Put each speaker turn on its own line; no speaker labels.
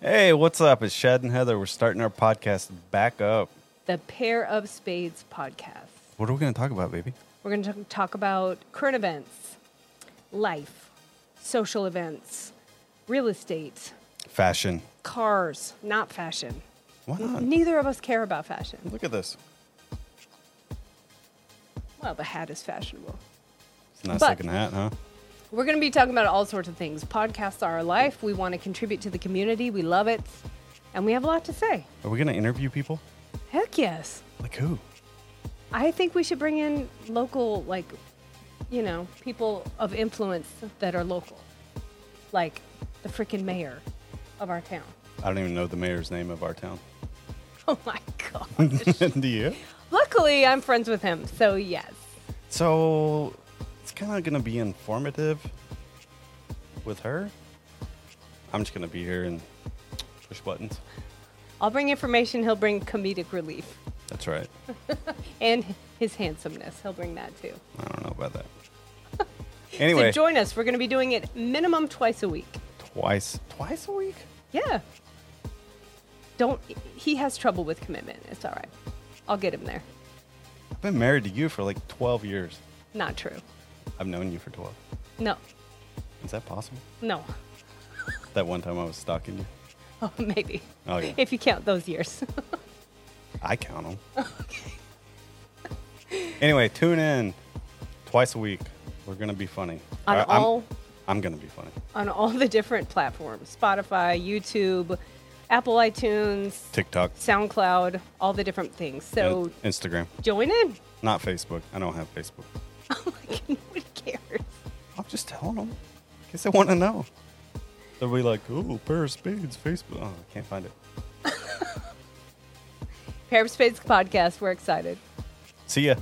Hey, what's up? It's Shad and Heather. We're starting our podcast back up.
the Pair of Spades podcast.
What are we going to talk about, baby?
We're going to talk about current events, life, social events, real estate,
Fashion.
cars, not fashion.
Why not?
Neither of us care about fashion.
Look at this.
Well, the hat is fashionable.
It's a nice
But-
looking hat, huh?
We're going to be talking about all sorts of things. Podcasts are our life. We want to contribute to the community. We love it. And we have a lot to say.
Are we going to interview people?
Heck yes.
Like who?
I think we should bring in local, like, you know, people of influence that are local, like the freaking mayor of our town.
I don't even know the mayor's name of our town.
Oh my god!
Do you?
Luckily, I'm friends with him, so yes.
So it's kind of going to be informative with her. I'm just going to be here and push buttons.
I'll bring information. He'll bring comedic relief
That's right.
and his handsomeness. He'll bring that too.
I don't know about that.
So
Anyway,
join us. We're going to be doing it minimum twice a week.
twice, twice a week.
Yeah. Don't. He has trouble with commitment. It's all right. I'll get him there.
I've been married to you for like 12 years.
Not true.
I've known you for 12.
No.
Is that possible?
No.
That one time I was stalking you.
Oh, maybe.
Oh, yeah.
If you count those years.
I count them. Anyway, tune in twice a week. We're gonna be funny.
On
I- I'm-
all-
I'm gonna be funny.
On all the different platforms Spotify, YouTube, Apple iTunes,
TikTok,
SoundCloud, all the different things. So
and Instagram,
join in.
not Facebook. I don't have Facebook.
Like, nobody cares.
I'm just telling them. Guess they want to know. They'll be like, "Ooh, pair of spades, Facebook." Oh, I can't find it.
Pair of Spades podcast. We're excited.
See ya.